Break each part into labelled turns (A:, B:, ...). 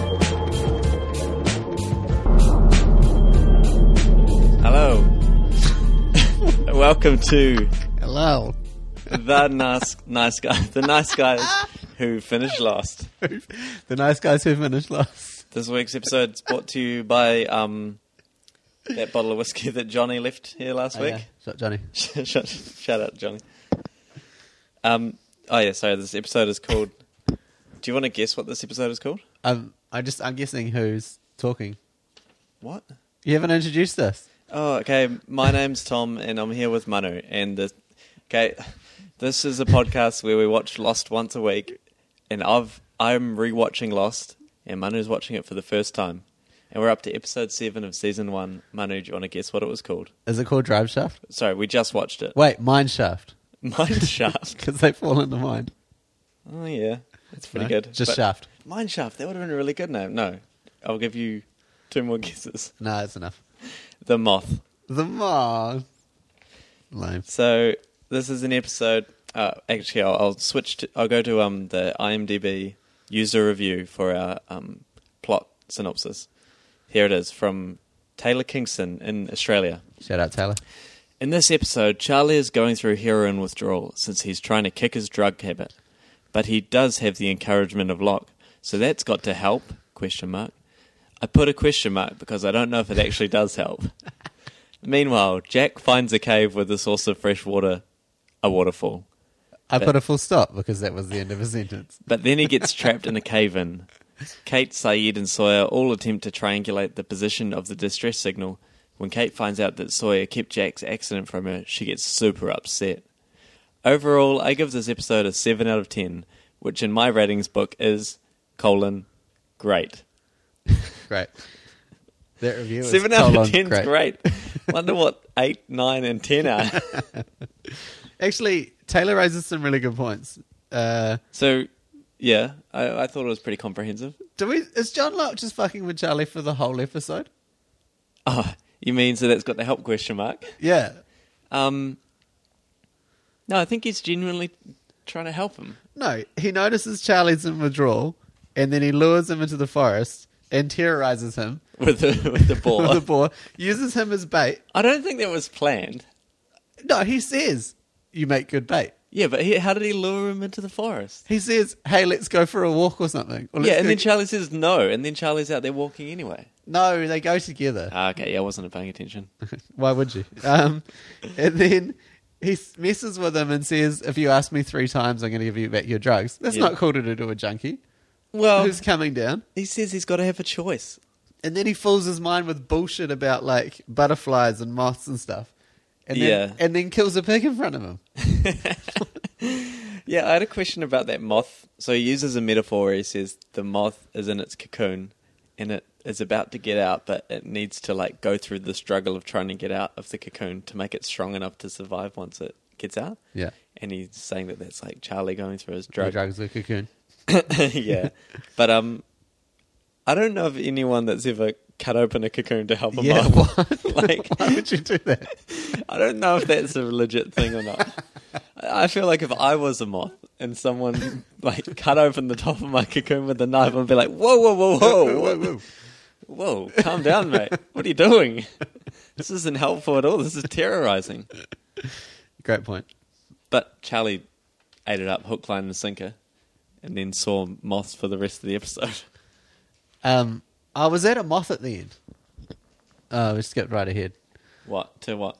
A: welcome to
B: Hello.
A: the nice nice guy, the nice guys who finished last.
B: the nice guys who finished last.
A: This week's episode is brought to you by um, that bottle of whiskey that Johnny left here last
B: Oh, yeah.
A: week.
B: Shot Johnny.
A: shout, shout out, Johnny. Um, oh yeah, sorry. This episode is called. Do you want to guess what this episode is called?
B: Um, I just I'm guessing who's talking.
A: What?
B: You haven't introduced us.
A: Oh, okay. My name's Tom, and I'm here with Manu. And the, okay, this is a podcast where we watch Lost once a week, and I've I'm rewatching Lost, and Manu's watching it for the first time, and we're up to episode seven of season one. Manu, do you want to guess what it was called?
B: Is it called Drive Shaft?
A: Sorry, we just watched it.
B: Wait, Mine Shaft.
A: Mind Shaft.
B: Because they fall into mine.
A: Oh yeah, that's pretty
B: No,
A: good.
B: Just
A: But-
B: Shaft.
A: Mine Shaft. That would have been a really good name. No, I'll give you two more guesses.
B: No, that's enough.
A: The Moth.
B: The Mars. Lame.
A: So this is an episode. Uh, actually, I'll, I'll switch. To, I'll go to um, the IMDb user review for our um, plot synopsis. Here it is from Taylor Kingston in Australia.
B: Shout out Taylor.
A: In this episode, Charlie is going through heroin withdrawal since he's trying to kick his drug habit, but he does have the encouragement of Locke, so that's got to help? Question mark. I put a question mark because I don't know if it actually does help. Meanwhile, Jack finds a cave with a source of fresh water, a waterfall,
B: I put a full stop because that was the end of a sentence.
A: but then he gets trapped in a cave-in. Kate, Saeed, and Sawyer all attempt to triangulate the position of the distress signal. When Kate finds out that Sawyer kept Jack's accident from her, she gets super upset. Overall, I give this episode a 7 out of 10, which in my ratings book is colon great.
B: Great. That review is
A: 7 out
B: colon
A: of 10 is great. Wonder what 8, 9 and 10 are.
B: Actually, Taylor raises some really good points. Uh,
A: so, yeah, I, I thought it was pretty comprehensive.
B: do we? Is John Locke just fucking with Charlie for the whole episode?
A: Oh, you mean so that's got the help question mark?
B: Yeah.
A: Um, no, I think he's genuinely trying to help him.
B: No, he notices Charlie's in withdrawal, and then he lures him into the forest and terrorizes him
A: With the, with the ball.
B: with a boar, uses him as bait.
A: I don't think that was planned.
B: No, he says, "You make good bait."
A: Yeah, but he, how did he lure him into the forest?
B: He says, "Hey, let's go for a walk or something." Or
A: yeah,
B: "Let's
A: and
B: go-
A: then Charlie says no, and then Charlie's out there walking anyway.
B: no, they go together.
A: Ah, okay, yeah, I wasn't paying attention.
B: Why would you? Um, and then he s- messes with him and says, "If you ask me three times, I'm going to give you back your drugs." That's
A: Yeah. Oh.
B: not cool to do to a junkie
A: Well,
B: who's coming down.
A: he says he's got to have a choice.
B: And then he fools his mind with bullshit about like butterflies and moths and stuff. And then,
A: Yeah.
B: and then kills a pig in front of him.
A: Yeah, I had a question about that moth. So he uses a metaphor where he says the moth is in its cocoon and it is about to get out, but it needs to like go through the struggle of trying to get out of the cocoon to make it strong enough to survive once it gets out.
B: Yeah.
A: And he's saying that that's like Charlie going through his drug.
B: drugs are cocoon.
A: yeah. But um I don't know of anyone that's ever cut open a cocoon to help a
B: Yeah,
A: moth.
B: what?
A: like
B: Why would you do that?
A: I don't know if that's a legit thing or not. I I feel like if I was a moth and someone like cut open the top of my cocoon with a knife, I'd be like, "Whoa, whoa, whoa, whoa, whoa, whoa, calm down, mate. What are you doing? This isn't helpful at all. This is terrorizing."
B: Great point.
A: But Charlie ate it up, hook, line, and sinker, and then saw moths for the rest of the episode.
B: Um, I was at a moth at the end. Oh, we skipped right ahead.
A: What to what?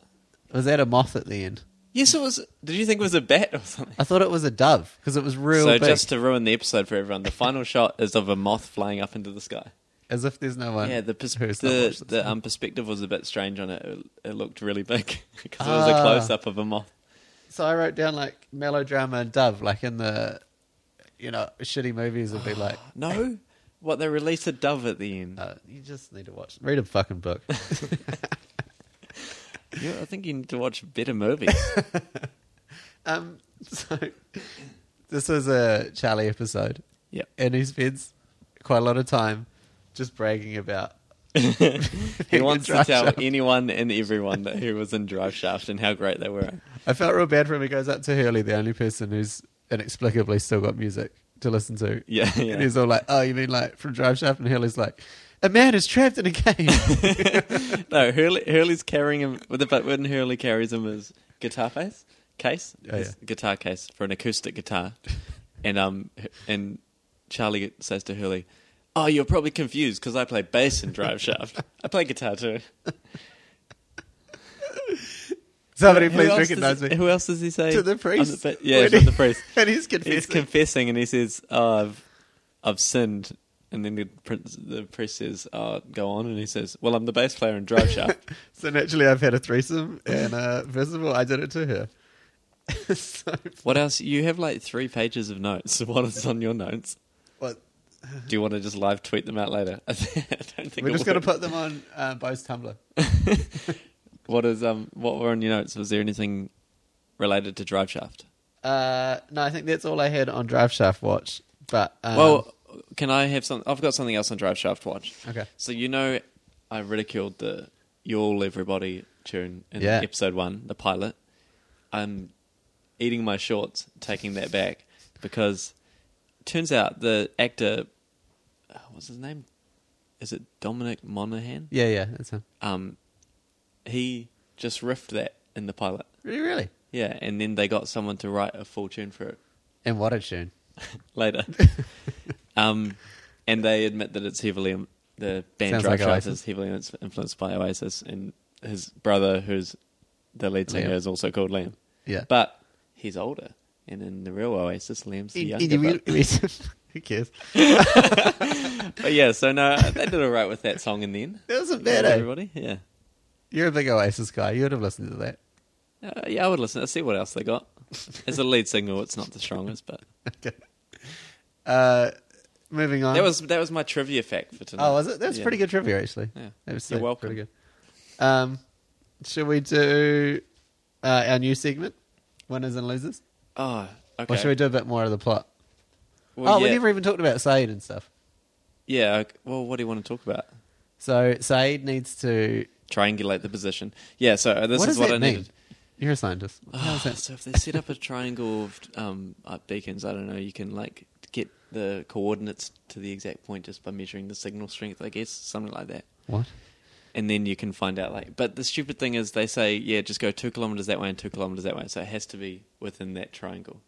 B: I was at a moth at the end.
A: Yes, it was. Did you think it was a bat or something?
B: I thought it was a dove because it was real
A: so
B: big.
A: just to ruin the episode for everyone, the final shot is of a moth flying up into the sky.
B: as if there's no one.
A: Yeah, the pers-
B: who's not
A: the,
B: watched this.
A: the um, perspective was a bit strange on it. It, it looked really big because it was a
B: Ah.
A: close up of a moth.
B: So I wrote down like melodrama and dove, like in the you know shitty movies would be like.
A: No, what they released a dove at the end.
B: Uh, you just need to watch. Read a fucking book.
A: You- I think you need to watch better movies.
B: Um, so this is a Charlie episode,
A: yep.
B: and he spends quite a lot of time just bragging about.
A: He wants to
B: Drive
A: tell
B: Shaft.
A: anyone and everyone that he was in Drive Shaft and how great they were.
B: I felt real bad for him. He goes up to Hurley, the only person who's inexplicably still got music to listen to.
A: Yeah, yeah.
B: And he's all like, "Oh, you mean like from Drive Shaft?" And Hurley's like, "A man is trapped in a cave."
A: No, Hurley, Hurley's carrying him. The bit when Hurley carries him is guitar face case,
B: Oh,
A: his
B: yeah.
A: guitar case for an acoustic guitar, and um and Charlie says to Hurley, "Oh, you're probably confused because I play bass in Drive Shaft. I play guitar too."
B: Somebody
A: Who
B: please
A: else does
B: recognize
A: he-
B: me.
A: Who else does he say?
B: To the
A: On
B: priest.
A: ba- yeah,
B: When
A: to
B: he-
A: the priest.
B: and he's confessing.
A: He's confessing and he says, oh, I've, I've sinned. And then the, prince, the priest says, oh, go on. And he says, well, I'm the bass player in Drive Shaft.
B: so naturally, I've had a threesome, and uh, first of all, I did it to her. so,
A: what else? You have like three pages of notes. What is on your notes?
B: what?
A: Do you want to just live tweet them out later? I don't think
B: We're
A: it
B: just going to
A: works.
B: put them on uh, Bo's Tumblr.
A: What is um what were on your notes? Was there anything related to Drive Shaft?
B: Uh, no, I think that's all I had on Drive Shaft Watch. But um,
A: well, can I have some? I've got something else on Drive Shaft Watch.
B: Okay.
A: So you know, I ridiculed the "You'll Everybody" tune in
B: Yeah.
A: episode one, the pilot. I'm eating my shorts, taking that back because turns out the actor, uh, what's his name? Is it Dominic Monaghan?
B: yeah, yeah, that's him.
A: Um, he just riffed that in the pilot.
B: Really, really.
A: Yeah, and then they got someone to write a full tune for it
B: And what a tune!
A: later. um, and they admit that it's heavily the band
B: Sounds
A: Drive
B: like
A: Shaft
B: Oasis.
A: is heavily ins- influenced by Oasis, and his brother, who's the lead singer,
B: Liam.
A: is also called Liam.
B: Yeah,
A: But he's older, and in the real Oasis, Liam's the
B: In-
A: younger.
B: in the
A: bro-
B: real- who cares?
A: but yeah, so no, uh, they did all right with that song, and then
B: That wasn't bad, eh?
A: Everybody, yeah,
B: You're a big Oasis guy. You would have listened to that.
A: uh, yeah, I would listen. I see what else they got. As a lead single, it's not the strongest, but
B: Okay. Uh, moving on.
A: that was that was my trivia fact for tonight.
B: Oh, was it? That's
A: Yeah.
B: pretty good trivia, actually.
A: Yeah.
B: That was
A: You're
B: sick.
A: welcome.
B: Pretty good. Um, shall we do uh, our new segment, winners and losers,
A: Oh, okay.
B: or should we do a bit more of the plot?
A: Well,
B: oh, we
A: yeah.
B: never even talked about Saeed and stuff.
A: Yeah. ok- Well, what do you want to talk about?
B: So Saeed needs to.
A: Triangulate the position. Yeah. So uh, this
B: what
A: is
B: does
A: what
B: that
A: I
B: mean?
A: needed.
B: You're a scientist. How is
A: Ah,
B: that-
A: so if they set up a triangle of um, up beacons, I don't know. You can like get the coordinates to the exact point just by measuring the signal strength, I guess, something like that.
B: What?
A: And then you can find out like. But the stupid thing is, they say, yeah, just go two kilometers that way and two kilometers that way. So it has to be within that triangle.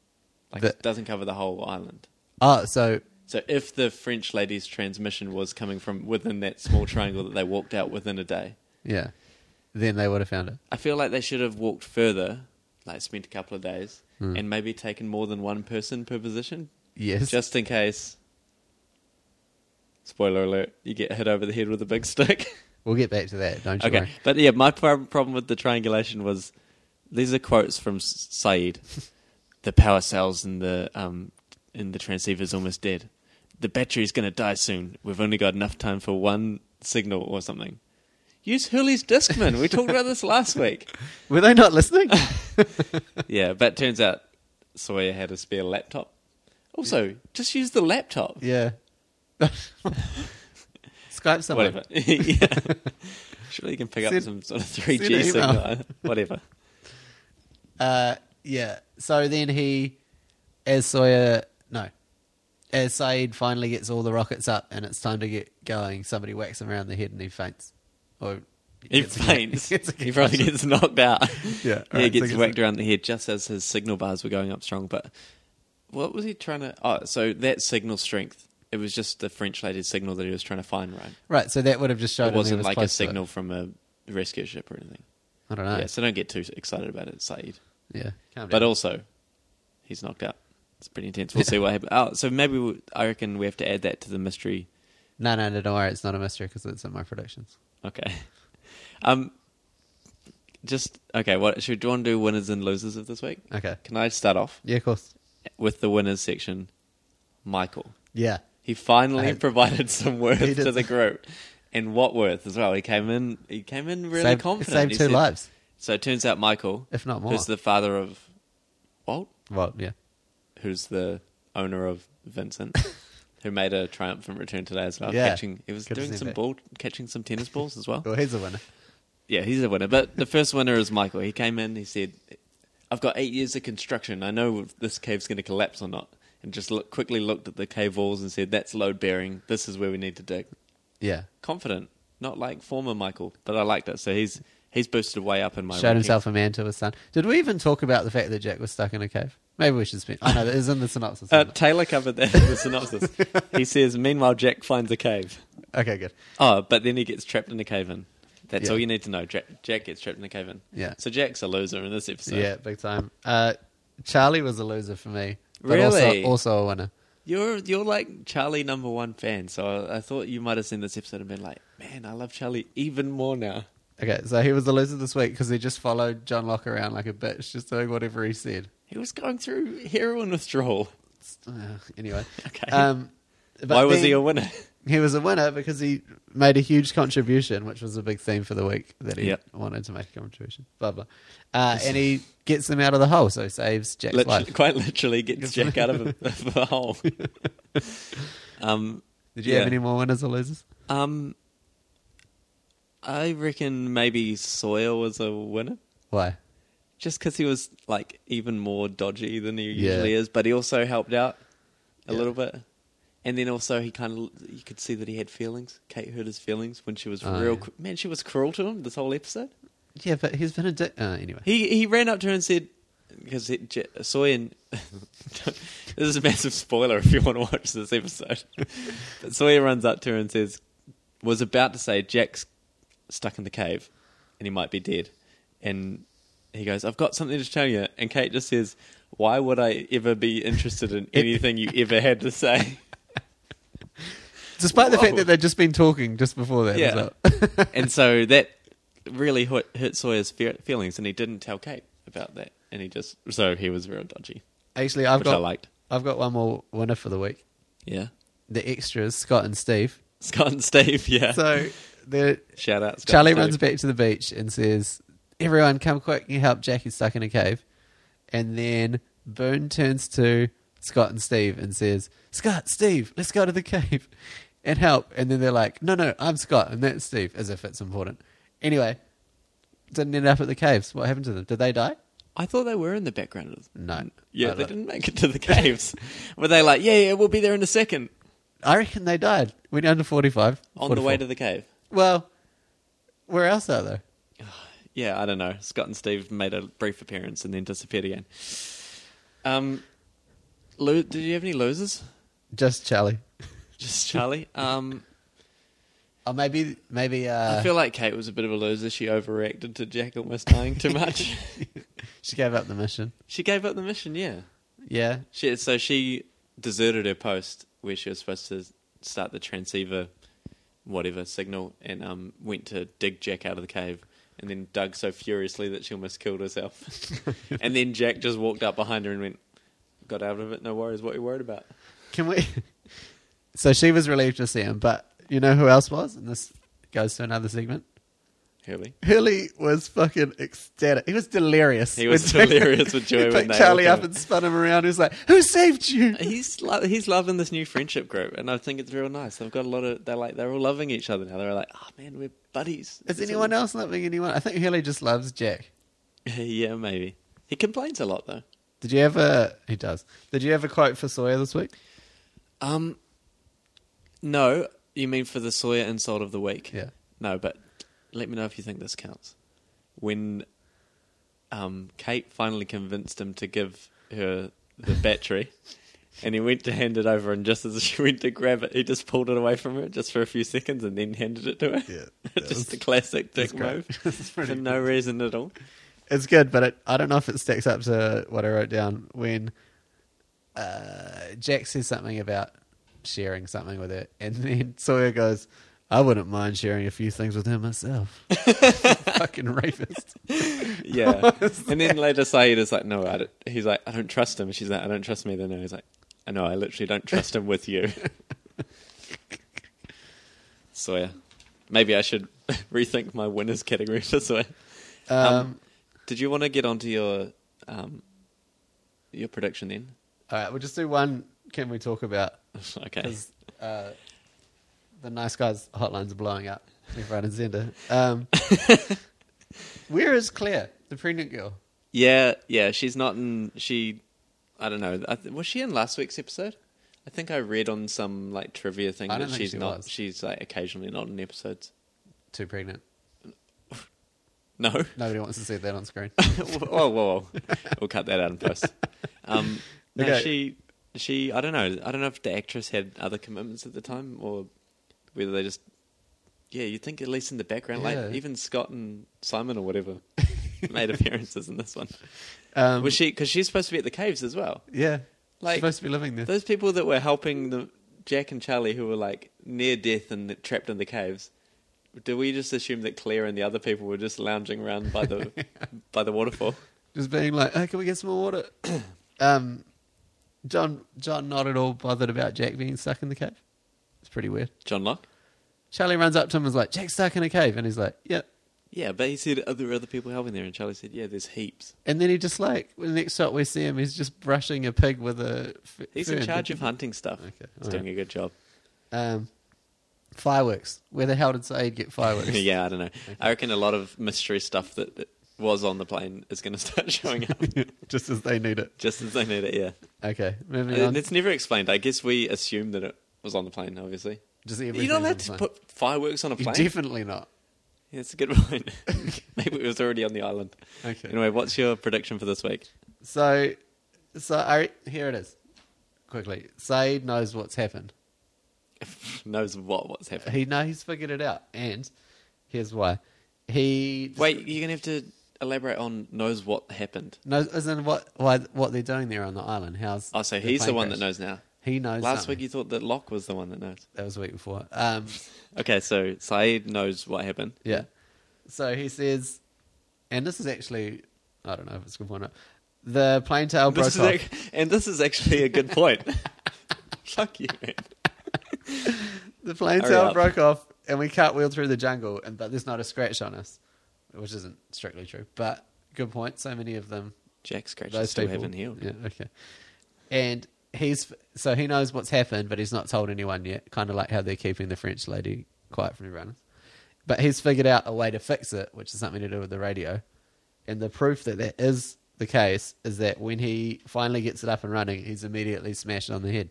A: Like
B: The-
A: it doesn't cover the whole island.
B: Oh, so
A: So if the French lady's transmission was coming from within that small triangle that they walked out within a day,
B: yeah, then they would have found it.
A: I feel like they should have walked further, like spent a couple of days,
B: Hmm.
A: and maybe taken more than one person per position,
B: Yes.
A: just in case. Spoiler alert: you get hit over the head with a big stick.
B: We'll get back to that. Don't you
A: okay,
B: worry.
A: but yeah, my prob- problem with the triangulation was these are quotes from S- Saeed: "The power cells in the um in the transceiver's almost dead. The battery's going to die soon. We've only got enough time for one signal or something." Use Hurley's Discman. We talked about this last week.
B: Were they not listening?
A: Yeah, but turns out Sawyer had a spare laptop. Also, just use the laptop.
B: yeah. Skype someone.
A: Whatever. yeah. Surely you can pick up
B: Send-
A: some sort of
B: send
A: 3G
B: an email.
A: signal. Whatever.
B: Uh, yeah. So then he, as Sawyer, no, as Saeed finally gets all the rockets up and it's time to get going, somebody whacks him around the head and he faints. Or
A: He
B: gets a-
A: faints.
B: gets a
A: He probably
B: concussion.
A: gets knocked out. yeah, he
B: Yeah, alright, so
A: gets
B: gets
A: whacked around the head just as his signal bars were going up strong. But what was he trying to. Oh, so that signal strength, it was just the French lady's signal that he was trying to find, right?
B: Right. So that would have just showed.
A: It
B: him he
A: wasn't
B: was
A: like a
B: close to it.
A: signal from a rescue ship or anything.
B: I don't know.
A: Yeah, so don't get too excited about it, Saeed.
B: Yeah. Calm
A: But
B: down.
A: also, he's knocked out. It's pretty intense. We'll see what happens. Oh, so maybe we, I reckon we have to add that to the mystery.
B: no, no, no. Don't worry. It's not a mystery because it's in my predictions.
A: Okay. Um. Just okay. What should do? You want to do winners and losers of this week?
B: Okay.
A: Can I start off
B: Yeah, of course.
A: with the winners section? Michael.
B: Yeah.
A: He finally
B: I-
A: provided some worth
B: He did.
A: to the group, and what worth as well. He came in. He came in really
B: Saved-
A: confident.
B: saved
A: He
B: two
A: said-
B: lives.
A: So it turns out Michael,
B: If not more.
A: who's the father of Walt,
B: Well, yeah.
A: who's the owner of Vincent, who made a triumphant return today as well.
B: Yeah.
A: Catching, he was
B: Good to
A: doing
B: see
A: some
B: that.
A: ball, catching some tennis balls as well.
B: Well, he's a winner.
A: Yeah, he's a winner. But the first winner is Michael. He came in. He said, "I've got eight years of construction. I know if this cave's going to collapse or not." And just look, quickly looked at the cave walls and said, "That's load bearing. This is where we need to dig."
B: Yeah.
A: Confident, not like former Michael, but I liked it. So he's He's boosted way up in my
B: Showed
A: ranking.
B: himself a man to his son. Did we even talk about the fact that Jack was stuck in a cave? Maybe we should spend. I know it is in the synopsis.
A: Uh,
B: isn't it?
A: Taylor covered that in the synopsis. he says, "Meanwhile, Jack finds a cave.
B: okay, good.
A: Oh, but then he gets trapped in a cave in. That's
B: Yeah.
A: all you need to know. Jack, Jack gets trapped in a cave in.
B: Yeah.
A: So Jack's a loser in this episode.
B: yeah, big time. Uh, Charlie was a loser for me. But
A: Really?
B: Also, also a winner.
A: You're you're like Charlie number one fan, so I, I thought you might have seen this episode and been like, "Man, I love Charlie even more now."
B: Okay, so he was the loser this week because he just followed John Locke around like a bitch, just doing whatever he said.
A: He was going through heroin withdrawal.
B: Uh, anyway.
A: Okay.
B: Um, but
A: Why was
B: then
A: he a winner?
B: he was a winner because he made a huge contribution, which was a big theme for the week that he
A: Yep.
B: wanted to make a contribution. Blah blah, uh, and he gets them out of the hole, so he saves Jack's
A: Literally,
B: life.
A: quite literally gets Jack out of a, of a hole. um,
B: Did you
A: yeah.
B: have any more winners or losers?
A: Um, I reckon maybe Sawyer was a winner,
B: Why?
A: just because he was like even more dodgy than he
B: Yeah.
A: usually is, but he also helped out a
B: Yeah.
A: little bit, and then also he kind of you could see that he had feelings. Kate hurt his feelings when she was
B: Oh,
A: real
B: yeah.
A: cr- man. She was cruel to him this whole episode.
B: Yeah, but he's been a dick. Uh, anyway,
A: He he ran up to her and said, because J- Sawyer. And, this is a massive spoiler if you want to watch this episode. but Sawyer runs up to her and says, was about to say Jack's stuck in the cave and he might be dead. And he goes, I've got something to tell you. And Kate just says, Why would I ever be interested in anything you ever had to say?
B: despite the fact
A: Whoa.
B: that they'd just been talking just before that.
A: Yeah.
B: as well.
A: and so that really hurt, hurt Sawyer's fe- feelings and he didn't tell Kate about that. And he just, so he was real dodgy,
B: Actually, I've
A: which I
B: got
A: liked.
B: I've got one more winner for the week.
A: Yeah.
B: The extras, Scott and Steve.
A: Scott and Steve, yeah.
B: So the
A: Shout out, Scott
B: Charlie
A: and Steve.
B: runs back to the beach and says, "Everyone, come quick! You help Jack. He's stuck in a cave." And then Boone turns to Scott and Steve and says, "Scott, Steve, let's go to the cave and help." And then they're like, "No, no, I'm Scott, and that's Steve," as if it's important. Anyway, didn't end up at the caves. What happened to them? Did they die?
A: I thought they were in the background. Of
B: No.
A: Yeah,
B: I
A: they
B: don't-
A: didn't make it to the caves. were they like, yeah, yeah, we'll be there in a second
B: I reckon they died. We're down to forty-five
A: on the way to the cave?
B: Well, where else are they?
A: Yeah, I don't know. Scott and Steve made a brief appearance and then disappeared again. Um, lo- did you have any losers?
B: Just Charlie.
A: Just Charlie. Um,
B: Or Oh, maybe maybe uh,
A: I feel like Kate was a bit of a loser. She overreacted to Jack almost dying too much.
B: she gave up the mission.
A: she gave up the mission. Yeah.
B: Yeah,
A: She, so she deserted her post where she was supposed to start the transceiver, whatever signal, and um, went to dig Jack out of the cave, and then dug so furiously that she almost killed herself. and then Jack just walked up behind her and went, "Got out of it, no worries. What are you worried about?"
B: Can we? so she was relieved to see him, but you know who else was? And this goes to another segment.
A: Hurley.
B: Hurley was fucking ecstatic. He was delirious.
A: He was
B: When-
A: delirious with joy
B: he
A: when
B: picked
A: they
B: Charlie
A: all
B: up
A: came.
B: and spun him around. He was like, "Who saved you?"
A: He's lo- he's loving this new friendship group, and I think it's real nice. They've got a lot of they're like they're all loving each other now. They're like, "Oh man, we're buddies."
B: Is
A: It's
B: anyone else loving anyone? I think Hurley just loves Jack.
A: all- yeah, maybe. He complains a lot though.
B: Did you ever? He does. Did you ever quote for Sawyer this week?
A: Um, no, you mean for the Sawyer insult of the week?
B: Yeah.
A: No, but let me know if you think this counts. When um, Kate finally convinced him to give her the battery, and he went to hand it over, and just as she went to grab it, he just pulled it away from her just for a few seconds, and then handed it to her.
B: Yeah, that
A: just
B: was-
A: a classic
B: that's
A: dick
B: great.
A: move
B: That's
A: for
B: pretty
A: no reason at all.
B: It's good, but it, I don't know if it stacks up to what I wrote down when uh, Jack says something about sharing something with her, and then Sawyer goes, "I wouldn't mind sharing a few things with her myself." Fucking rapist.
A: Yeah. and then later Saeed is like, no, I don't, he's like, I don't trust him. She's like, I don't trust me. Then no, he's like, I know, I literally don't trust him with you. Sawyer. Maybe I should rethink my winners category for Sawyer.
B: Um,
A: did you want to get onto your um, your prediction then?
B: all right, we'll just do one. Can we talk about
A: okay.
B: because uh, the nice guys hotlines are blowing up left, right, and center. Um, where is Claire, the pregnant girl?
A: Yeah, yeah. She's not in. She, I don't know. I th- was she in last week's episode? I think I read on some like trivia thing
B: I
A: that
B: don't think
A: she's
B: she
A: not.
B: was.
A: She's like occasionally not in episodes.
B: Too pregnant.
A: No.
B: Nobody wants to see that on screen.
A: whoa, whoa, whoa. We'll cut that out in post. Um, no,
B: Okay.
A: she, she, I don't know. I don't know if the actress had other commitments at the time or whether they just, yeah, you'd think at least in the background,
B: Yeah.
A: like even Scott and Simon or whatever made appearances in this one.
B: Um,
A: Was she, because she's supposed to be at the caves as well.
B: yeah,
A: Like-
B: like, supposed to be living there.
A: Those people that were helping the Jack and Charlie who were like near death and trapped in the caves. Do we just assume that Claire and the other people were just lounging around by the by the waterfall?
B: just being like, "Hey, can we get some more water?" um, John, John, not at all bothered about Jack being stuck in the cave. It's pretty weird.
A: John Locke?
B: Charlie runs up to him and is like, "Jack's stuck in a cave," and he's like, "Yep."
A: Yeah, but he said, are there other people helping there? And Charlie said, yeah, there's heaps.
B: And then he just like the next shot we see him, he's just brushing a pig with a. f-
A: He's in
B: fern.
A: charge of hunting stuff.
B: Okay,
A: He's
B: all
A: doing a good job.
B: Um, fireworks. Where the hell did Said get fireworks?
A: yeah, I don't know. I reckon a lot of mystery stuff that, that was on the plane is going to start showing up
B: just as they need it.
A: just as they need it, yeah.
B: Okay, moving on.
A: And it's never explained. I guess we assume that it was on the plane, obviously.
B: Just
A: You
B: everything's
A: don't
B: on
A: have
B: the
A: to
B: plane.
A: put fireworks on a
B: You
A: plane.
B: definitely not.
A: Yeah, that's a good point. Maybe it was already on the island.
B: Okay.
A: Anyway, what's your prediction for this week?
B: So, so I, here it is. Quickly, Said knows what's happened.
A: Knows what what's happening.
B: He knows he's figured it out, and here's why. He
A: Wait, you're going to have to elaborate on knows what happened.
B: knows isn't what why what they're doing there on the island. How's
A: Oh, so he's the
B: plane
A: one
B: crash.
A: that knows now.
B: He knows.
A: Last
B: something.
A: week you thought that Locke was the one that knows.
B: that was the week before. Um,
A: Okay, so Saeed knows what happened.
B: yeah. So he says, and this is actually I don't know if it's a good point. Or not. The plane tail broke
A: This is
B: off.
A: ac- and this is actually a good point. Fuck you, man.
B: The plane
A: Hurry
B: tail
A: up.
B: broke off, and we cartwheeled through the jungle, and but there's not a scratch on us, which isn't strictly true. But good point. So many of them,
A: Jack scratches
B: those
A: still
B: people
A: haven't healed.
B: Yeah, okay. And he's so he knows what's happened, but he's not told anyone yet. Kind of like how they're keeping the French lady quiet from everyone else. But he's figured out a way to fix it, which is something to do with the radio. And the proof that that is the case is that when he finally gets it up and running, he's immediately smashed on the head.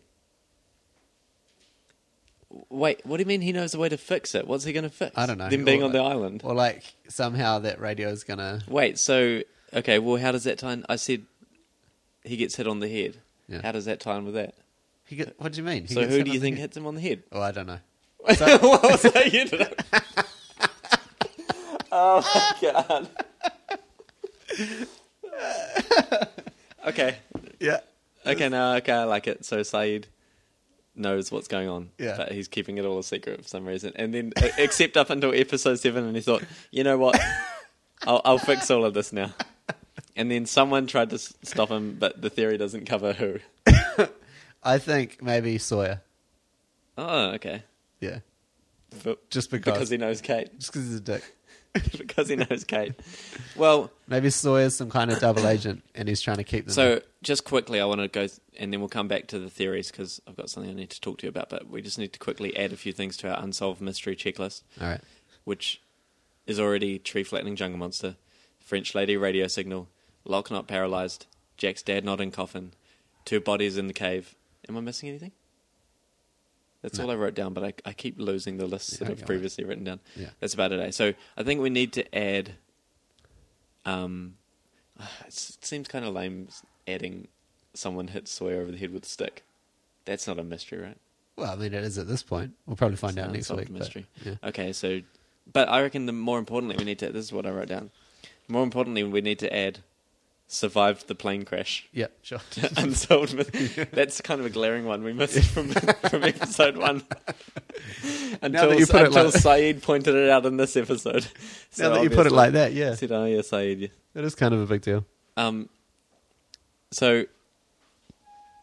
A: Wait, what do you mean he knows the way to fix it? What's he going to fix?
B: I don't know.
A: Them being
B: Or-
A: on the island.
B: Or like somehow that radio is gonna.
A: Wait, so okay, well, how does that tie? In? I said he gets hit on the head.
B: Yeah.
A: How does that tie in with that?
B: He get, what do you mean? He
A: so
B: gets
A: who
B: hit
A: do
B: on
A: you
B: the
A: think
B: head?
A: hits him on the head?
B: Oh, I don't know.
A: what was that? You did it. oh my god. okay.
B: Yeah,
A: Okay, no, okay, I like it. So Saeed knows what's going on,
B: Yeah.
A: but he's keeping it all a secret for some reason. And then, uh, except up until episode seven, and he thought, you know what, I'll, I'll fix all of this now. And then someone tried to s- stop him, but the theory doesn't cover who.
B: I think maybe Sawyer.
A: Oh, okay.
B: Yeah,
A: But
B: just because,
A: because he knows Kate.
B: just because he's a dick.
A: because he knows Kate. Well,
B: Maybe Sawyer's some kind of double agent, and he's trying to keep them.
A: So just quickly, I want to go, and then we'll come back to the theories because I've got something I need to talk to you about. But we just need to quickly add a few things to our unsolved mystery checklist,
B: all right.
A: which is already tree flattening jungle monster, French lady radio signal, Locke not paralyzed, Jack's dad not in coffin, two bodies in the cave. Am I missing anything? That's
B: No.
A: all I wrote down, but I, I keep losing the lists that
B: Okay,
A: I've
B: all right.
A: previously written down.
B: Yeah.
A: That's about it. eh? So I think we need to add. Um, it's- it seems kind of lame adding someone hits Sawyer over the head with a stick. That's not a mystery, right?
B: Well, I mean, it is at this point. We'll probably find
A: It's
B: out
A: an
B: next
A: unsolved
B: week. but- yeah.
A: Okay, so, but I reckon the more importantly we need to. This is what I wrote down. More importantly, we need to add survived the plane crash.
B: Yeah, sure.
A: Unsolved. myth- That's kind of a glaring one we missed from from episode one. until
B: that you put it
A: until
B: like-
A: Saeed pointed it out in this episode.
B: now that you put it like that, yeah,
A: I said, "Oh yeah, Saeed." yeah."
B: it is kind of a big deal.
A: Um, so,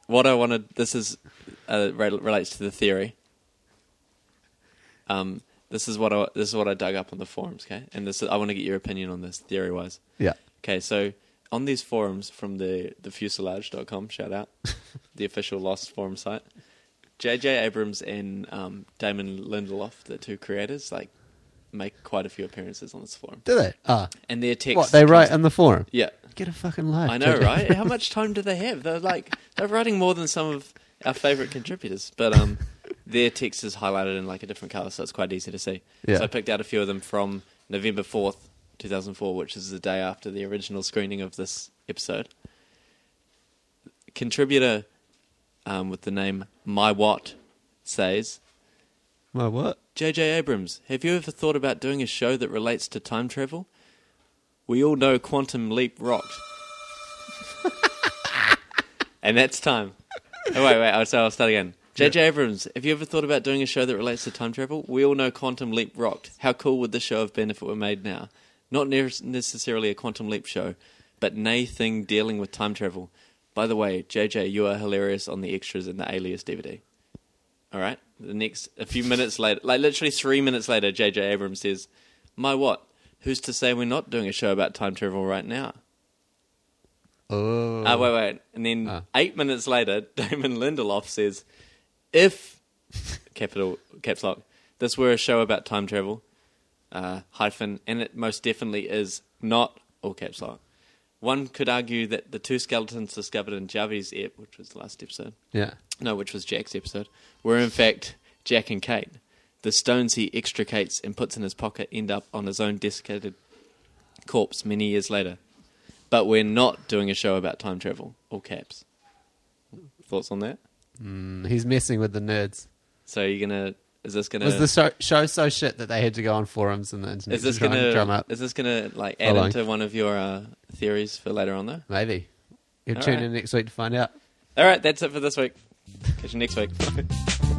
A: what I wanted this is uh, re- relates to the theory. Um, this is what I this is what I dug up on the forums. Okay, and this is, I want to get your opinion on this theory wise.
B: Yeah,
A: Okay, so on these forums from the thefuselage.com, shout out, the official Lost forum site, JJ Abrams and um, Damon Lindelof, the two creators, like make quite a few appearances on this forum,
B: do they? Ah,
A: and their text.
B: what they write
A: comes-
B: in the forum?
A: yeah,
B: Get a fucking life.
A: I know,
B: JJ.
A: right? How much time do they have? They're like they're writing more than some of our favorite contributors, but um, their text is highlighted in like a different color, so it's quite easy to see.
B: Yeah.
A: So I picked out a few of them from November fourth, 2004, which is the day after the original screening of this episode, contributor um, with the name My What says,
B: My what?
A: J.J. Abrams, have you ever thought about doing a show that relates to time travel? We all know Quantum Leap rocked. and that's time. Oh, wait, wait, I'll, so I'll start again. J.J. Abrams, have you ever thought about doing a show that relates to time travel? We all know Quantum Leap rocked. How cool would this show have been if it were made now? Not ne- necessarily a Quantum Leap show, but anything dealing with time travel. By the way, J.J., you are hilarious on the extras in the Alias DVD. All right. The next, a few minutes later, like literally three minutes later, J.J. Abrams says, "My what? Who's to say we're not doing a show about time travel right now?"
B: Oh.
A: Ah, wait, wait. And then
B: Ah.
A: eight minutes later, Damon Lindelof says, "If capital caps lock this were a show about time travel, uh, hyphen, and it most definitely is not all caps lock." One could argue that the two skeletons discovered in Javi's ep, which was the last episode,
B: Yeah.
A: no, which was Jack's episode, were in fact Jack and Kate. The stones he extricates and puts in his pocket end up on his own desiccated corpse many years later. But we're not doing a show about time travel. All caps. Thoughts on that?
B: Mm, he's messing with the nerds.
A: So you're gonna? Is this gonna?
B: Was the show, show so shit that they had to go on forums and the internet
A: is this
B: to try and drum
A: gonna?
B: up?
A: Is this gonna like add
B: Following.
A: into one of your uh, theories for later on though?
B: Maybe. You'll
A: All
B: tune
A: right.
B: in next week to find out.
A: All right, that's it for this week. Catch you next week.